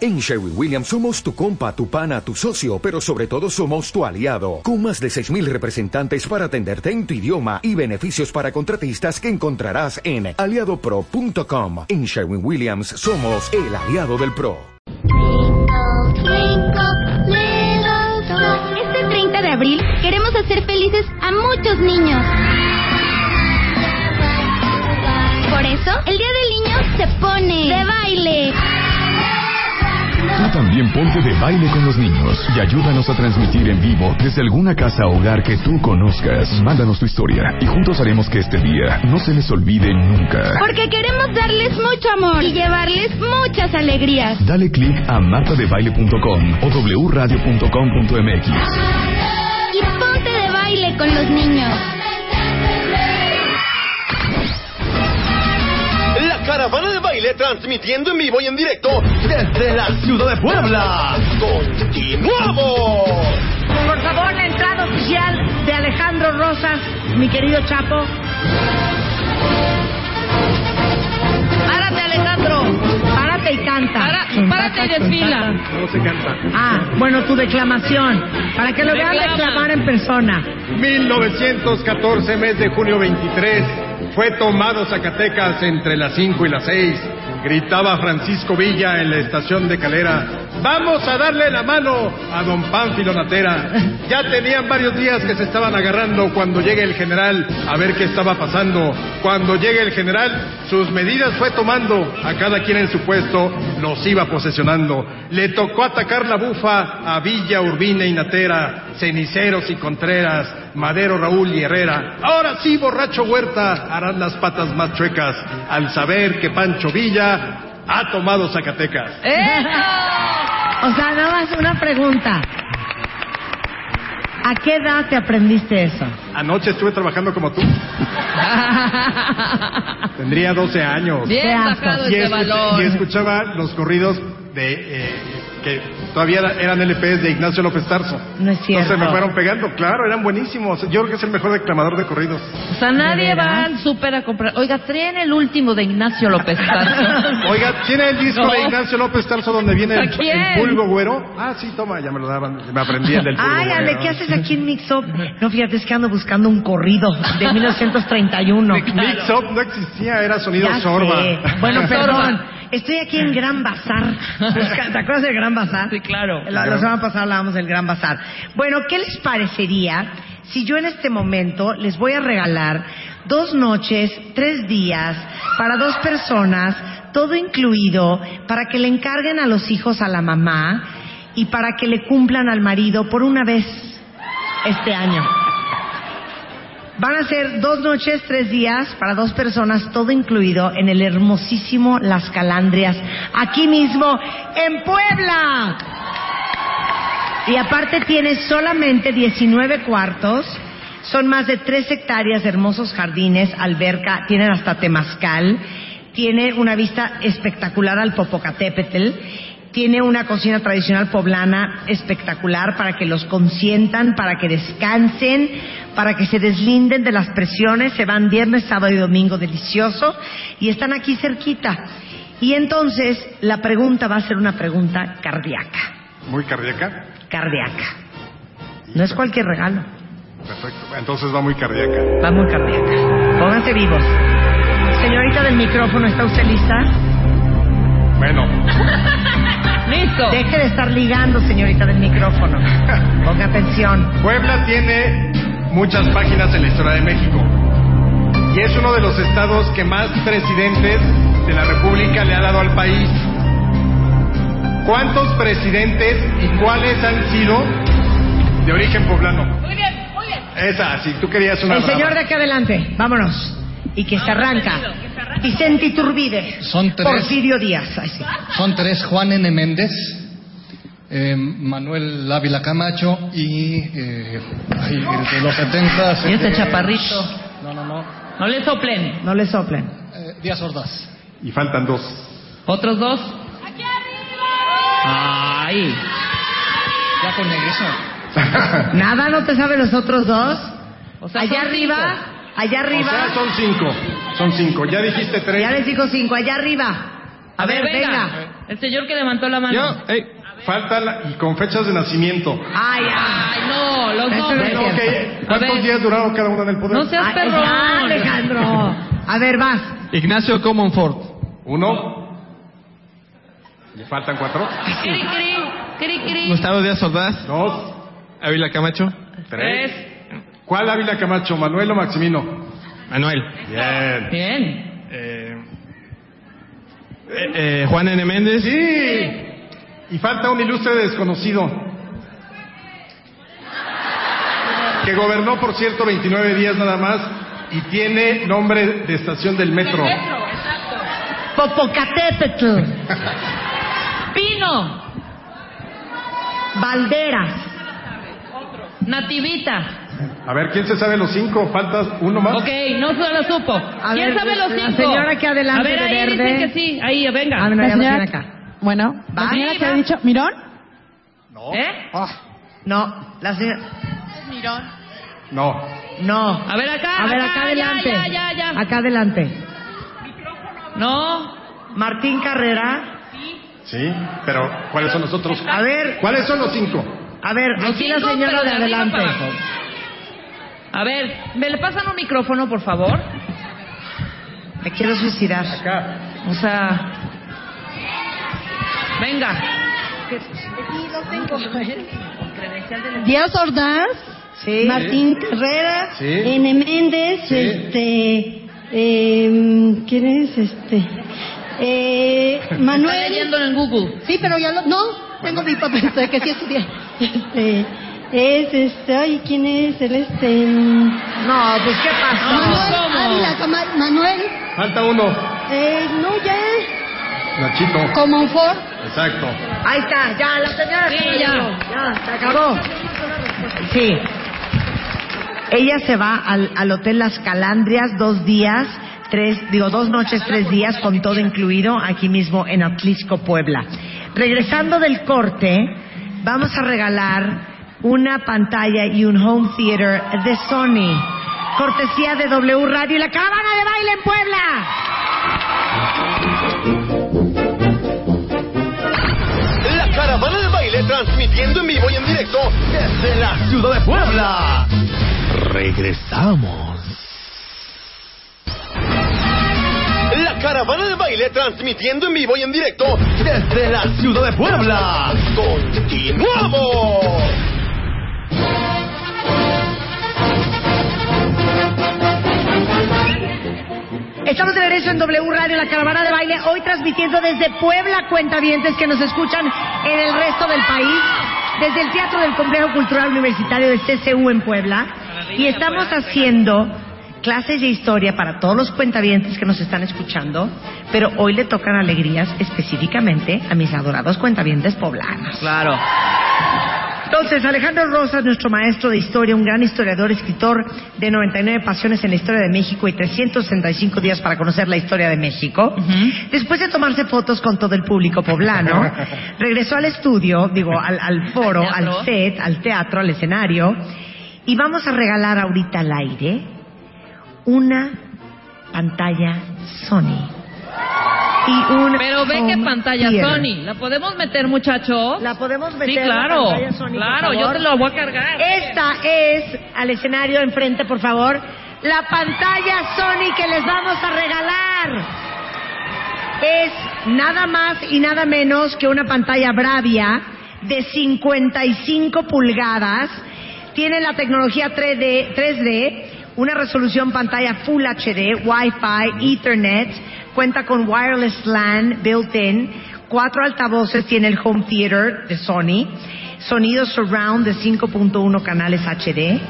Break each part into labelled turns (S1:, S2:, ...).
S1: En Sherwin Williams somos tu compa, tu pana, tu socio, pero sobre todo somos tu aliado, con más de 6.000 representantes para atenderte en tu idioma y beneficios para contratistas que encontrarás en aliadopro.com. En Sherwin Williams somos el aliado del PRO.
S2: Este 30 de abril queremos hacer felices a muchos niños. Por eso, el Día del Niño se pone de baile.
S3: Tú también ponte de baile con los niños y ayúdanos a transmitir en vivo desde alguna casa o hogar que tú conozcas. Mándanos tu historia y juntos haremos que este día no se les olvide nunca.
S2: Porque queremos darles mucho amor y llevarles muchas alegrías.
S3: Dale click a martadebaile.com o wradio.com.mx.
S2: Y ponte de baile con los niños.
S4: La caravana de baile transmitiendo en vivo y en directo desde la ciudad de Puebla. ¡Continuamos!
S5: Por favor, la entrada oficial de Alejandro Rosas, mi querido Chapo. Párate, Alejandro. Párate y canta. párate y desfila.
S6: No se canta.
S5: Ah, bueno, tu declamación. Para que lo vean
S7: Declama.
S5: declamar en persona.
S6: 1914, mes de junio 23, fue tomado Zacatecas entre las 5 y las 6. Gritaba Francisco Villa en la estación de Calera, vamos a darle la mano a don Pánfilo Natera. Ya tenían varios días que se estaban agarrando cuando llega el general a ver qué estaba pasando. Cuando llega el general, sus medidas fue tomando, a cada quien en su puesto los iba posesionando. Le tocó atacar la bufa a Villa, Urbina y Natera, Ceniceros y Contreras, Madero, Raúl y Herrera. Ahora sí, borracho Huerta, harán las patas más chuecas al saber que Pancho Villa ha tomado Zacatecas.
S5: O sea, nada más una pregunta. ¿A qué edad te aprendiste eso?
S6: Anoche estuve trabajando como tú. Tendría 12 años.
S5: Qué
S7: Bien
S5: asco.
S7: sacado
S6: y,
S7: ese
S6: escu- y
S7: valor.
S6: escuchaba los corridos de eh, que todavía era- eran LPs de Ignacio López Tarso.
S5: No es cierto.
S6: Entonces me fueron pegando, claro, eran buenísimos. Yo creo que es el mejor declamador de corridos.
S7: O sea,
S5: ¿De
S7: nadie
S5: veras?
S7: va al súper a comprar. Oiga, traen el último de Ignacio López Tarso.
S6: Oiga, ¿tiene el disco
S7: No.
S6: de Ignacio López Tarso donde viene
S7: ¿A
S6: el,
S7: quién?
S6: el pulgo güero? Ah, sí, toma, ya me lo daban, me aprendí el del pulgo
S5: Ay, Ale,
S6: güero.
S5: ¿qué haces aquí en Mix Up? No, fíjate, es que ando buscando un corrido de 1931.
S6: Mix Up no existía, era sonido
S5: Ya
S6: sorba.
S5: sé. Bueno,
S7: Sorba.
S5: perdón. Estoy aquí en Gran Bazar. Busca- ¿Te acuerdas del Gran Bazar?
S7: Sí, claro.
S5: La, la semana pasada hablábamos del Gran Bazar. Bueno, ¿qué les parecería si yo en este momento les voy a regalar dos noches, tres días, para dos personas, todo incluido, para que le encarguen a los hijos a la mamá y para que le cumplan al marido por una vez este año? Van a ser dos noches, tres días para dos personas, todo incluido en el hermosísimo Las Calandrias, aquí mismo en Puebla. Y aparte tiene solamente 19 cuartos. Son más de 3 hectáreas de hermosos jardines, alberca, tienen hasta temazcal, tiene una vista espectacular al Popocatépetl, tiene una cocina tradicional poblana espectacular para que los consientan, para que descansen, para que se deslinden de las presiones, se van viernes, sábado y domingo delicioso y están aquí cerquita. Y entonces la pregunta va a ser una pregunta cardíaca
S6: Muy cardíaca.
S5: cardíaca. No es cualquier regalo,
S6: Perfecto, entonces va muy cardíaca.
S5: va muy cardíaca. Pónganse vivos. Señorita del micrófono, ¿está usted lista?
S6: Bueno,
S7: Listo.
S5: Deje de estar ligando, señorita del micrófono. Ponga atención.
S6: Puebla tiene muchas páginas en la historia de México y es uno de los estados que más presidentes de la República le ha dado al país. ¿Cuántos presidentes y cuáles han sido de origen poblano?
S7: Muy bien, muy bien.
S6: Esa, si tú querías una
S5: El
S6: brava.
S5: señor de aquí adelante, vámonos. Y que se arranca. Vicente Iturbide.
S8: Son tres.
S5: Porfirio Díaz. Ay, sí.
S8: Son tres, Juan N. Méndez, eh, Manuel Ávila Camacho y eh, ay, el de los 70...
S7: Y este
S8: eh,
S7: chaparrito.
S8: No, no, no.
S7: No le soplen.
S5: No le soplen.
S8: eh, Díaz Ordaz.
S6: Y faltan dos.
S7: ¿Otros dos? ¡Ay!
S8: Ya con eso.
S5: Nada, no te saben los otros dos.
S7: O sea,
S5: allá
S7: son
S5: arriba, allá arriba.
S6: O sea, son cinco. Son cinco. Ya dijiste tres.
S5: Ya les dijo cinco, allá arriba. A,
S7: A
S5: ver,
S7: ver,
S5: venga.
S7: venga. El señor que levantó la mano.
S6: Yo, ey, falta la- y con fechas de nacimiento.
S5: Ay, ay.
S7: Ay, no, los
S5: Eso
S7: nombres.
S5: no
S6: Bueno, ok,
S7: A
S6: ¿Cuántos
S7: ver.
S6: días duraron cada uno en el poder?
S7: No seas
S5: Ay,
S7: perro.
S5: ya, Alejandro. A ver, vas.
S9: Ignacio Comonfort.
S6: Uno. ¿Le faltan cuatro?
S7: Cri, cri, cri, cri.
S9: Gustavo Díaz Ordaz.
S6: Dos.
S9: Ávila Camacho.
S6: Tres. ¿Cuál Ávila Camacho? ¿Manuel o Maximino?
S9: Manuel.
S6: Bien.
S7: Bien.
S9: Eh, eh, eh, Juan N. Méndez.
S6: Sí. Y falta un ilustre desconocido. Que gobernó, por cierto, 29 días nada más y tiene nombre de estación del metro.
S5: Popocatépetl.
S7: Pino.
S5: Valderas.
S7: Nativita.
S6: A ver, ¿quién se sabe los cinco? Falta uno más.
S7: Ok, no se lo supo. ¿Quién
S5: ver,
S7: sabe los
S5: la
S7: cinco?
S5: señora aquí adelante
S7: A ver,
S5: de
S7: ahí
S5: verde.
S7: dicen que sí. Ahí, venga.
S5: Ah, no, ya
S10: La
S5: nos
S10: señora-
S5: tiene acá.
S10: Bueno,
S5: Va.
S10: la señora que
S7: Arriba.
S10: ha dicho, ¿Mirón?
S7: ¿Eh?
S6: Ah.
S5: No, la señora.
S6: No.
S5: No. Ah,
S7: A ver acá.
S5: A ver, acá adelante.
S7: Ya, ya, ya. ya.
S5: Acá adelante.
S7: No.
S5: Martín Carrera.
S6: Sí, pero ¿cuáles son los otros?
S5: A ver,
S6: ¿Cuáles son los cinco?
S5: a ver,
S7: Los
S5: aquí la
S7: cinco,
S5: señora
S7: pero
S5: de
S7: de arriba
S5: adelante.
S7: para abajo. A ver, ¿me le pasan un micrófono, por favor?
S5: Me quiero suicidar.
S6: Acá.
S7: O sea... Venga.
S10: Díaz Ordaz,
S5: Sí.
S10: Martín Carrera,
S6: Sí.
S10: N. Méndez,
S6: Sí.
S10: este, em, ¿quién es este? Eh,
S7: Está
S10: Manuel.
S7: leyendo en Google.
S10: Sí, pero ya lo, no, tengo mi papel de que sí estudié. Este, es este, ay, ¿quién es el este? em,
S5: No, pues qué
S10: Manuel
S5: pasó.
S7: ¿cómo?
S10: Ávila Cama- Manuel,
S6: Falta uno.
S10: eh, no ya,
S6: Nachito.
S10: como for.
S6: Exacto.
S5: Ahí está, ya la señora.
S7: Sí,
S5: se lo
S7: ya.
S5: llevó. Ya, se acabó. Sí. Ella se va al, al hotel Las Calandrias dos días, tres, digo, dos noches, tres días, con todo incluido, aquí mismo en Atlisco, Puebla. Regresando del corte, vamos a regalar una pantalla y un home theater de Sony, cortesía de W Radio y la caravana de baile en Puebla.
S4: La caravana de baile transmitiendo en vivo y en directo desde la ciudad de Puebla. Regresamos. La caravana de baile transmitiendo en vivo y en directo desde la ciudad de Puebla. Continuamos.
S5: Estamos de regreso en W Radio, la caravana de baile, hoy transmitiendo desde Puebla, cuentavientes que nos escuchan en el resto del país, desde el Teatro del Complejo Cultural Universitario de CCU en Puebla. Y estamos haciendo clases de historia para todos los cuentavientes que nos están escuchando, pero hoy le tocan alegrías específicamente a mis adorados cuentavientes poblanos.
S7: Claro.
S5: Entonces, Alejandro Rosas, nuestro maestro de historia, un gran historiador, escritor de 99 pasiones en la historia de México y 365 días para conocer la historia de México,
S7: Ujú.
S5: después de tomarse fotos con todo el público poblano, regresó al estudio, digo, al, al foro,
S7: Al teatro.
S5: al set, al teatro, al escenario, y vamos a regalar ahorita al aire una pantalla Sony. Y un
S7: Pero ve
S5: home
S7: qué pantalla
S5: theater.
S7: Sony. ¿La podemos meter, muchachos?
S5: La podemos meter.
S7: Sí,
S5: la
S7: claro.
S5: pantalla Sony, por
S7: Claro, yo
S5: favor?
S7: te lo voy a cargar.
S5: Esta es, al escenario enfrente, por favor, la pantalla Sony que les vamos a regalar. Es nada más y nada menos que una pantalla Bravia de 55 pulgadas. Tiene la tecnología 3D, 3D, una resolución pantalla Full HD, Wi-Fi, Ethernet, cuenta con wireless LAN built-in, cuatro altavoces, tiene el home theater de Sony, sonido surround de 5.1 canales HD.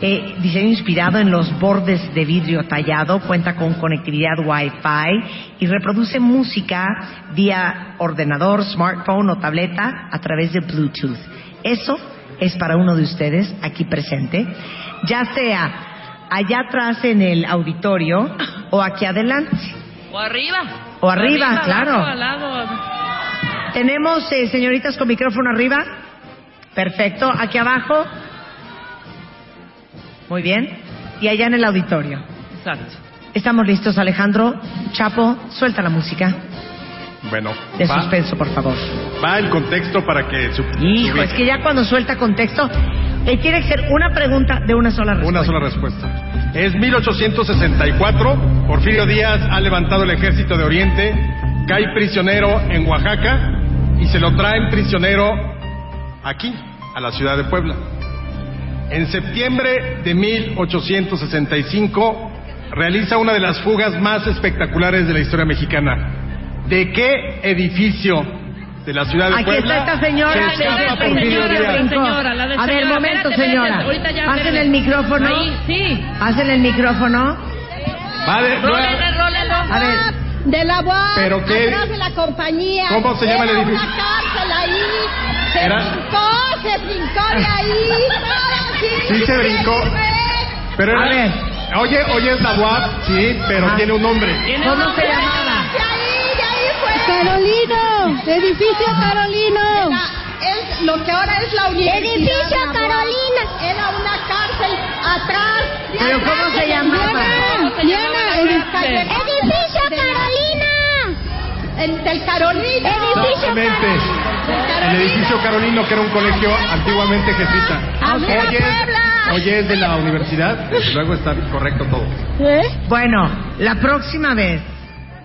S5: Eh, diseño inspirado en los bordes de vidrio tallado, cuenta con conectividad Wi-Fi y reproduce música vía ordenador, smartphone o tableta a través de Bluetooth. Eso es para uno de ustedes aquí presente, ya sea allá atrás en el auditorio o aquí adelante.
S7: O arriba.
S5: O arriba,
S7: abajo,
S5: claro.
S7: al lado.
S5: Tenemos eh, señoritas con micrófono arriba. Perfecto. Aquí abajo. Muy bien. Y allá en el auditorio.
S7: Exacto.
S5: Estamos listos, Alejandro. Chapo, suelta la música.
S6: Bueno,
S5: De
S6: va,
S5: suspenso, por favor.
S6: va el contexto para que... Su,
S5: Hijo, es que ya cuando suelta contexto, eh, tiene que ser una pregunta de una sola respuesta.
S6: Una sola respuesta. Es 1864, Porfirio Díaz ha levantado el ejército de Oriente, cae prisionero en Oaxaca y se lo traen prisionero aquí, a la ciudad de Puebla. En septiembre de 1865 realiza una de las fugas más espectaculares de la historia mexicana. ¿De qué edificio de la ciudad de
S5: Aquí
S6: Puebla?
S5: está esta señora,
S6: se
S5: señora,
S6: escapa Porfirio
S5: señora,
S6: Díaz?
S7: señora, la del
S5: A ver,
S7: señora.
S5: momento,
S7: Espérate,
S5: señora.
S7: espérate, ahorita ya,
S5: Pasen
S7: espérate.
S5: el micrófono.
S7: Ahí, sí.
S5: Pasen el micrófono.
S6: Vale,
S7: Rólele, rólelo.
S5: A ver.
S10: Ah, De la UAP,
S6: ¿Pero qué?
S10: atrás de la compañía.
S6: ¿Cómo se llama el
S10: Era
S6: edificio?
S10: una cárcel ahí. Se
S6: Era-
S10: brincó, se brincó de ahí.
S6: Sí, se brincó. Pero
S5: A
S6: era-
S5: ver.
S6: Oye, oye, es la UAP, sí, pero
S5: Ah.
S6: tiene un nombre.
S5: ¿Cómo se llamaba?
S10: De ahí, de ahí fue. Carolino, edificio Carolino. es lo que ahora es la universidad.
S2: Edificio
S10: la UAP.
S2: Carolina.
S10: Era una cárcel atrás.
S5: ¿Pero cómo se llamaba?
S10: Diana, Diana, en el taller.
S2: Edificio
S10: de la-
S2: Carolina.
S10: en- del Carolino.
S2: Edificio
S6: Exactamente. El edificio Carolino, que era un colegio antiguamente jesuita.
S10: ¡A mí la
S6: Oye,
S10: Puebla!
S6: oye, es de la universidad. Desde luego está correcto todo.
S10: ¿Eh?
S5: Bueno, la próxima vez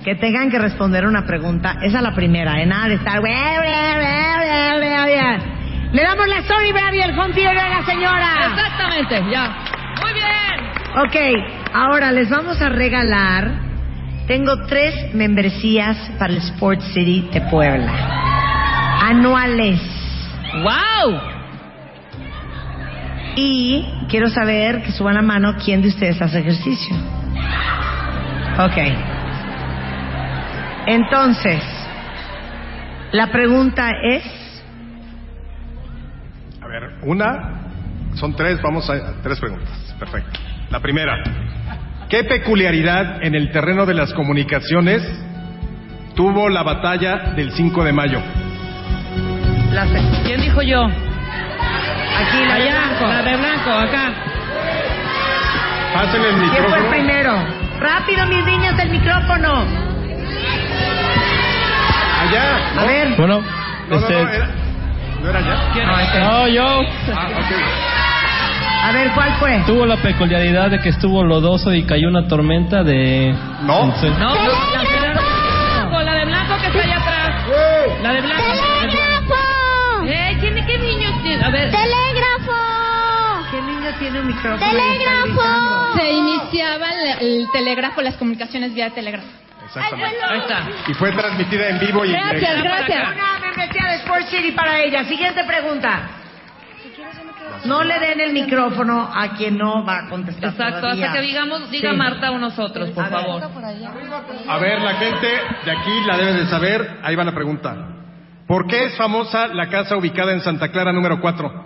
S5: que tengan que responder una pregunta, esa es la primera, ¿eh? Nada de estar... "Ue, ue, ue, ue, ue, ue". Le damos la sorry, baby, el confiero a la señora.
S7: Exactamente, ya. Muy bien.
S5: Ok, ahora les vamos a regalar. Tengo tres membresías para el Sport City de Puebla. Anuales.
S7: ¡Wow!
S5: Y quiero saber que suban la mano quién de ustedes hace ejercicio. Ok. Entonces, la pregunta es.
S6: A ver, una, son tres, vamos a tres preguntas. Perfecto. La primera, ¿qué peculiaridad en el terreno de las comunicaciones tuvo la batalla del 5 de mayo?
S5: La,
S7: ¿Quién dijo yo?
S5: aquí, la de
S7: Allá,
S5: blanco.
S7: la de blanco, acá.
S6: Pásenle el
S5: ¿Quién fue el
S6: micrófono.
S5: primero? Rápido, mis niños, el micrófono.
S6: Allá.
S5: A ver.
S9: Bueno,
S6: No, no,
S5: Este
S6: no, era- no era allá.
S5: No, este-
S9: yo.
S6: Ah, ok.
S5: A ver, ¿cuál fue?
S9: Tuvo la peculiaridad de que estuvo lodoso y cayó una tormenta de...
S6: No.
S7: No, la de blanco, la de blanco que está allá atrás.
S6: ¡Wow!
S7: La de blanco.
S2: Telégrafo.
S7: Eh, ¿quién, ¿Qué niños tiene? A ver.
S2: Telégrafo.
S5: ¿Qué niño tiene un micrófono? y está gritando?
S2: Telégrafo.
S11: Se iniciaba el, el telégrafo, las comunicaciones vía telégrafo.
S6: Exactamente.
S7: Ahí está.
S6: Y fue transmitida en vivo y en directo.
S11: Gracias, gracias.
S5: Una membresía de Sport City para ella. Siguiente pregunta. No le den el micrófono a quien no va a contestar.
S7: Exacto,
S5: todavía.
S7: hasta que digamos, diga
S5: Sí.
S7: Marta o nosotros, por
S5: A ver.
S7: favor.
S6: A ver, la gente de aquí la debe de saber. Ahí va la pregunta. ¿Por qué es famosa la casa ubicada en Santa Clara número 4?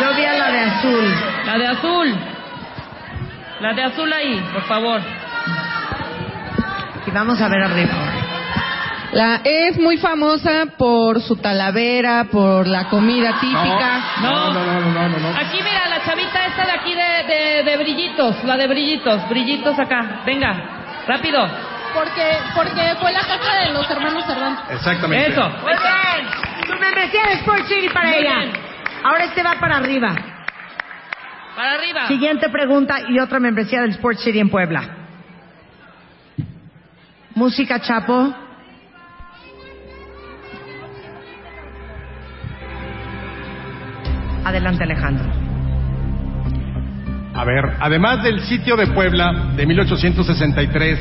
S5: Yo vi a la de azul.
S7: La de azul. La de azul ahí, por favor.
S5: Y vamos a ver arriba.
S11: La es muy famosa por su talavera, por la comida
S6: No,
S7: No.
S6: no, no, no, no, no, no.
S7: Aquí mira, la chavita esta de aquí de, de, de brillitos, la de brillitos, brillitos acá. Venga, rápido.
S11: Porque, porque fue la casa de los hermanos Cervantes.
S6: Exactamente.
S7: Eso.
S5: Muy bien. Tu membresía de Sport City para
S7: Muy
S5: ella.
S7: bien.
S5: Ahora este va para arriba.
S7: Para arriba.
S5: Siguiente pregunta y otra membresía del Sport City en Puebla. Música, Chapo. Adelante, Alejandro.
S6: A ver, además del sitio de Puebla de 1863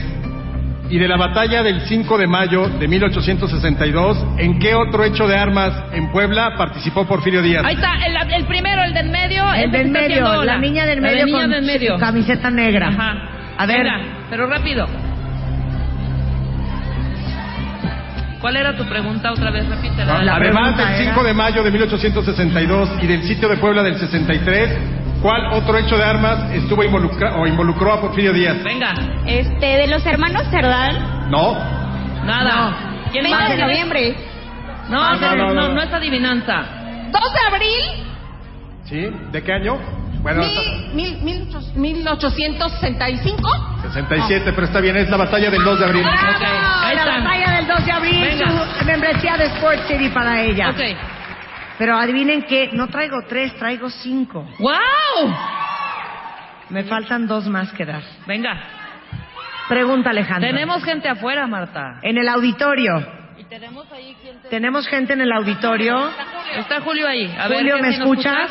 S6: y de la batalla del 5 de mayo de 1862, ¿en qué otro hecho de armas en Puebla participó Porfirio Díaz?
S7: Ahí está, el, el primero, el del medio.
S5: El
S7: ese
S5: del
S7: que Ah, este
S5: medio,
S7: está haciendo
S5: la niña del medio
S7: La niña
S5: con
S7: del medio.
S5: su camiseta negra.
S7: Ajá.
S5: A ver,
S7: Venga, pero rápido. ¿Cuál era tu pregunta otra vez? Repítela.
S5: La
S6: Además
S5: pregunta
S6: del
S7: eh.
S5: era-
S6: 5 de mayo de 1862 y del sitio de Puebla del 63, ¿cuál otro hecho de armas estuvo involucra o involucró a Porfirio Díaz?
S7: Venga,
S2: Este, de los hermanos Cerdán.
S6: No.
S7: nada. ¿Quién
S2: 20 de
S7: más?
S2: noviembre.
S7: No,
S6: Ah, no,
S7: pero
S6: no,
S7: no,
S6: no, no.
S7: no es adivinanza.
S2: 2 de abril.
S6: ¿Sí? ¿De qué año? Bueno,
S11: Mil, mil, ocho- 1865.
S6: 67, pero está bien, es la batalla del 2 de abril.
S5: Ahí La batalla del 2 de abril,
S7: Venga.
S5: su membresía de Sport City para ella.
S7: Ok.
S5: Pero adivinen que no traigo tres, traigo cinco.
S7: ¡Wow!
S5: Me faltan dos más que dar.
S7: Venga.
S5: Pregunta, Alejandra.
S7: Tenemos gente afuera, Marta.
S5: En el auditorio.
S7: Y tenemos ahí quien te...
S5: Tenemos gente en el auditorio.
S7: Está Julio ahí. A ver,
S5: Julio,
S7: ¿qué
S5: ¿me
S7: si nos
S5: escuchas?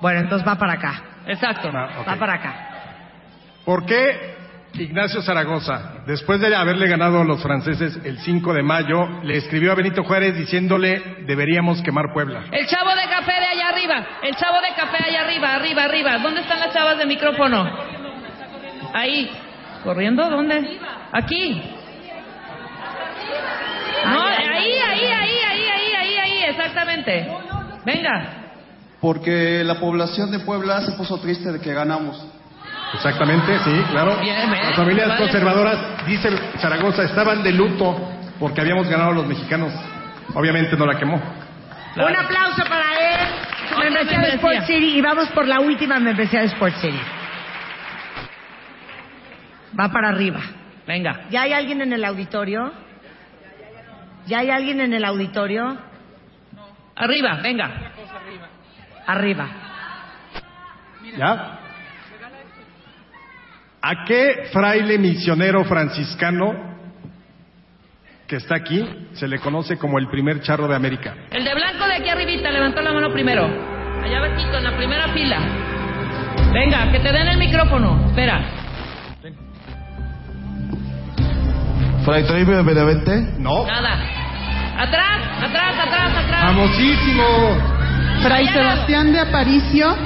S5: Bueno, entonces va para acá.
S7: Exacto.
S6: Ah,
S5: Va para acá.
S6: ¿Por qué Ignacio Zaragoza, después de haberle ganado a los franceses el 5 de mayo, le escribió a Benito Juárez diciéndole deberíamos quemar Puebla?
S7: El chavo de café de allá arriba. El chavo de café allá arriba, arriba, arriba. ¿Dónde están las chavas de micrófono? Ahí. ¿Corriendo? ¿Dónde? Aquí. No, ahí, ahí, ahí, ahí, ahí, ahí, ahí, exactamente. Venga.
S12: Porque la población de Puebla se puso triste de que ganamos.
S6: Exactamente, sí, claro.
S12: Bien, ¿eh?
S6: Las familias
S12: Vale.
S6: conservadoras, dice Zaragoza, estaban de luto porque habíamos ganado a los mexicanos. Obviamente no la quemó.
S5: Un aplauso para él. su
S7: Otra
S5: membresía de
S7: membresía.
S5: Sport City. Y vamos por la última membresía de Sport City. Va para arriba.
S7: Venga.
S5: ¿Ya hay alguien en el auditorio? ¿Ya hay alguien en el auditorio?
S7: Arriba, venga.
S5: Arriba.
S6: ¿Ya? ¿A qué fraile misionero franciscano que está aquí se le conoce como el primer charro de América?
S7: El de blanco de aquí arribita levantó la mano primero. Allá abajito, en la primera fila. Venga, que te den el micrófono. Espera.
S12: ¿Fray Toribio de Benavente?
S6: No.
S7: Ah. Nada. Atrás, atrás, atrás, atrás.
S6: ¡Famosísimo!
S11: Fray Sebastián de Aparicio.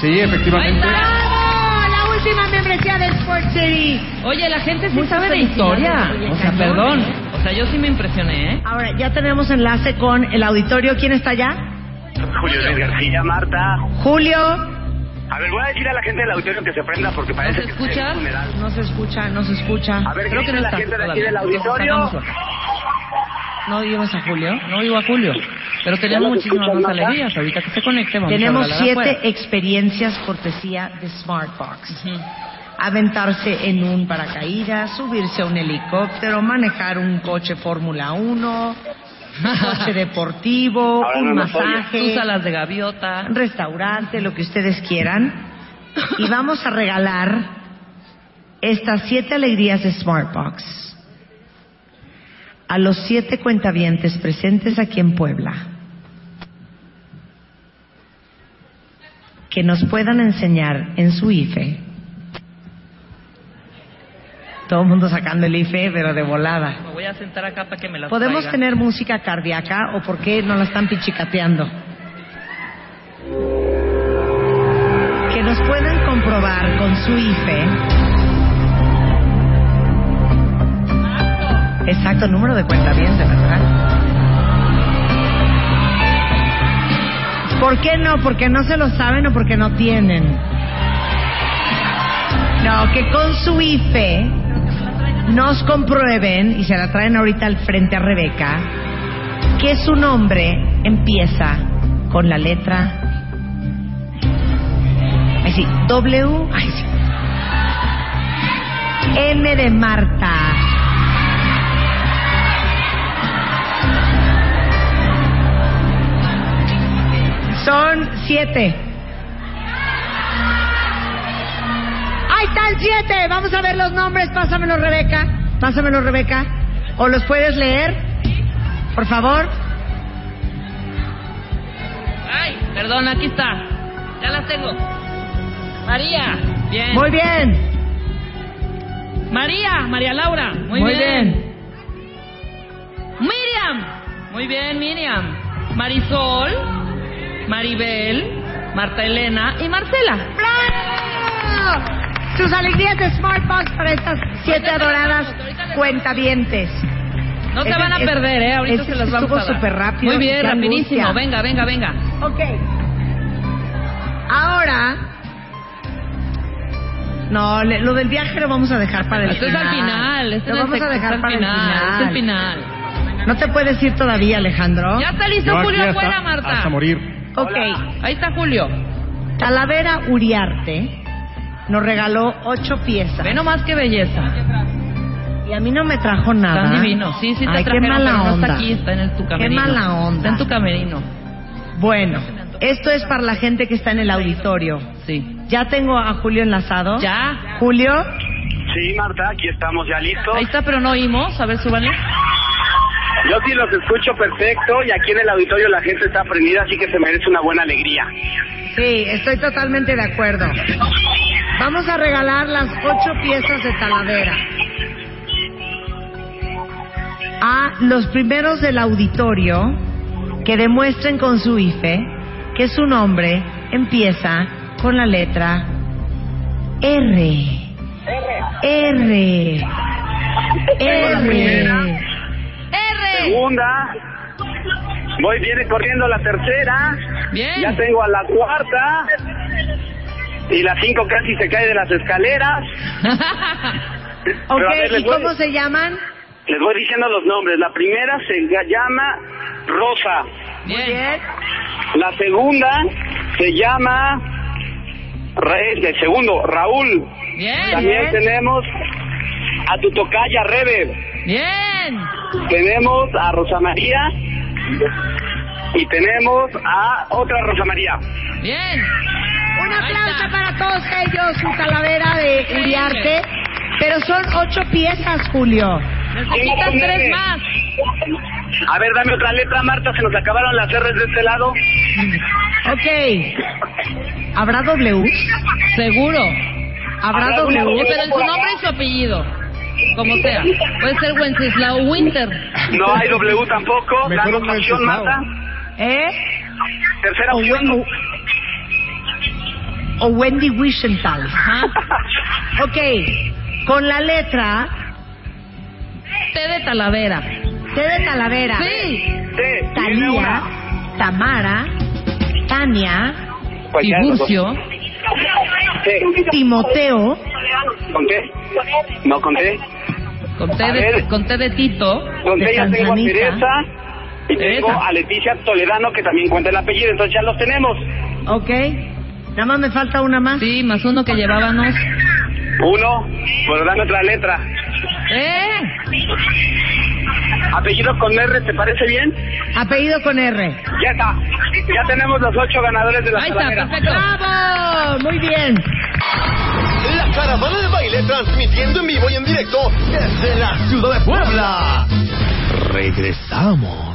S6: Sí, efectivamente.
S5: ¡Bravo! La última membresía de Sport City.
S7: Oye, la gente sí
S5: Muchas
S7: sabe de
S5: felicidades,
S7: historia.
S5: oye,
S7: O sea,
S5: cañón,
S7: perdón.
S5: ¿eh?
S7: O sea, yo sí me impresioné, ¿eh?
S5: Ahora, ya tenemos enlace con el auditorio. ¿Quién está allá?
S13: Julio Luis García, Marta.
S5: Julio.
S13: A ver, voy a decir a la gente del auditorio que se prenda porque parece que es el funeral.
S5: No se escucha, no se escucha.
S13: A ver, grita la gente de aquí del auditorio.
S7: ¿No oímos a Julio? No oigo a Julio. Pero teníamos muchísimas más alegrías. Ahorita que se conecte, vamos
S5: Tenemos
S7: a hablar
S5: siete
S7: afuera.
S5: experiencias cortesía de Smartbox. Aventarse en un paracaídas, subirse a un helicóptero, manejar un coche Fórmula 1, un coche deportivo,
S7: Ahora
S5: un
S7: no nos
S5: masaje,
S7: oyes. Tus alas de gaviota.
S5: restaurante, lo que ustedes quieran. Y vamos a regalar estas siete alegrías de Smartbox a los siete cuentavientes presentes aquí en Puebla. que nos puedan enseñar en su E. IFE. Todo el mundo sacando el IFE, pero de volada.
S7: Me voy a sentar acá para que me las
S5: ¿Podemos
S7: traiga.
S5: tener música cardíaca o por qué no la están pichicateando? Que nos puedan comprobar con su IFE. E. Exacto, número de cuenta bien, de verdad. ¿Por qué no? ¿Porque no se lo saben o porque no tienen? No, que con su E IFE nos comprueben, y se la traen ahorita al frente a Rebeca, que su nombre empieza con la letra. Ay, sí, W. Ay, sí. M de Marta. Son siete. Ahí están siete. Vamos a ver los nombres. Pásamelo, Rebeca. Pásamelo, Rebeca. ¿O los puedes leer? Por favor.
S7: Ay, perdón, aquí está. Ya las tengo. María. Bien.
S5: Muy bien.
S7: María, María Laura. Muy,
S5: Muy
S7: Miriam. Muy bien, Miriam. Marisol. Maribel. Marta Elena y Marcela.
S5: ¡Bravo! Sus alegrías de Smartbox para estas siete adoradas cuentavientes.
S7: No se
S5: Ese-
S7: van a
S5: ese-
S7: perder, ¿eh? Ahorita
S5: ese
S7: se las vamos
S5: estuvo
S7: a dar.
S5: súper rápido.
S7: Muy bien,
S5: Qué
S7: rapidísimo.
S5: angustia.
S7: Venga, venga, venga.
S5: Ok. Ahora. No, le- lo del viaje lo vamos a dejar para el
S7: Esto es
S5: final.
S7: al final. Esto
S5: Lo
S7: es
S5: vamos
S7: el-
S5: a
S7: esto
S5: dejar
S7: es
S5: para
S7: al final.
S5: el final.
S7: esto es el final.
S5: No te puedes ir todavía, Alejandro.
S7: Ya está listo Julio afuera, Marta.
S6: morir.
S5: Ok.
S7: Ahí está Julio.
S5: Talavera Uriarte nos regaló ocho piezas.
S7: Ve nomás qué belleza.
S5: Y a mí no me trajo nada.
S7: Tan divino. Sí, sí te
S5: Ay,
S7: trajeron,
S5: qué mala
S7: pero no
S5: onda.
S7: está aquí, está en el, tu camerino.
S5: mala onda.
S7: Está en tu camerino.
S5: Bueno, esto es para la gente que está en el auditorio.
S7: Sí.
S5: ¿Ya tengo a Julio enlazado?
S7: Ya.
S5: Julio,
S13: Sí, Marta, aquí estamos ya listos.
S7: Ahí está, pero no oímos. A ver, súbanle.
S13: Yo sí los escucho perfecto y aquí en el auditorio la gente está prendida, así que se merece una buena alegría.
S5: sí, estoy totalmente de acuerdo. Vamos a regalar las ocho piezas de Talavera. A los primeros del auditorio que demuestren con su IFE que su nombre empieza con la letra R. R. R.
S13: Segunda. Voy, viene corriendo la tercera.
S7: Bien.
S13: Ya tengo a la cuarta. Y la cinco casi se cae de las escaleras.
S5: Ok,
S13: Pero a ver, les
S5: ¿y
S13: voy-
S5: cómo se llaman?
S13: Les voy diciendo los nombres. La primera se llama Rosa.
S7: Bien.
S13: La segunda se llama Ra- el segundo, Raúl.
S7: Bien.
S13: También tenemos a tu tocaya Rebe.
S7: Bien.
S13: Tenemos a Rosa María y tenemos a otra Rosa María.
S7: Bien.
S5: Un aplauso para todos ellos, su calavera de Uriarte. Pero son ocho piezas, Julio.
S7: Necesitas tres más.
S13: A ver, dame otra letra, Marta. Se nos acabaron las R's de este lado.
S5: Ok. ¿Habrá W?
S7: Seguro.
S5: ¿Habrá W?
S7: Pero en su nombre y su apellido. Como sea. Puede ser Wenceslao Winter.
S13: No hay W tampoco.
S7: Mejor
S13: Danos
S7: un buen
S13: opción,
S7: cesado.
S13: Marta.
S5: ¿Eh?
S13: Tercera
S7: Oh,
S5: O,
S13: opción.
S5: Wen- o Wendy Wiesenthal. Ok. Con la letra
S7: T de Talavera.
S5: T de Talavera.
S7: Sí.
S13: viene
S5: Talía, Tamara, Tania,
S13: Pues ya,
S5: Tiburcio,
S13: Sí.
S5: Timoteo,
S13: ¿Con qué? No, con qué.
S7: Con T
S13: A
S7: de,
S13: ver.
S7: con T de Tito.
S13: Con
S7: de
S13: qué ya tengo a
S7: Tanzanita.
S13: Teresa y tengo
S7: Teresa.
S13: a Leticia Toledano, que también cuenta el apellido. Entonces ya los tenemos.
S5: ¿ok? Nada más me falta una más.
S7: Sí, más uno que llevábamos.
S13: Uno, bueno, dame otra letra.
S7: ¡Eh!
S13: Apellido con R, ¿te parece bien?
S5: Apellido con R.
S13: Ya está. Ya tenemos los ocho ganadores de la
S7: Ahí está,
S13: talavera.
S7: perfecto.
S5: ¡Bravo! Muy bien.
S4: La caravana de baile transmitiendo en vivo y en directo desde la ciudad de Puebla.
S14: Regresamos.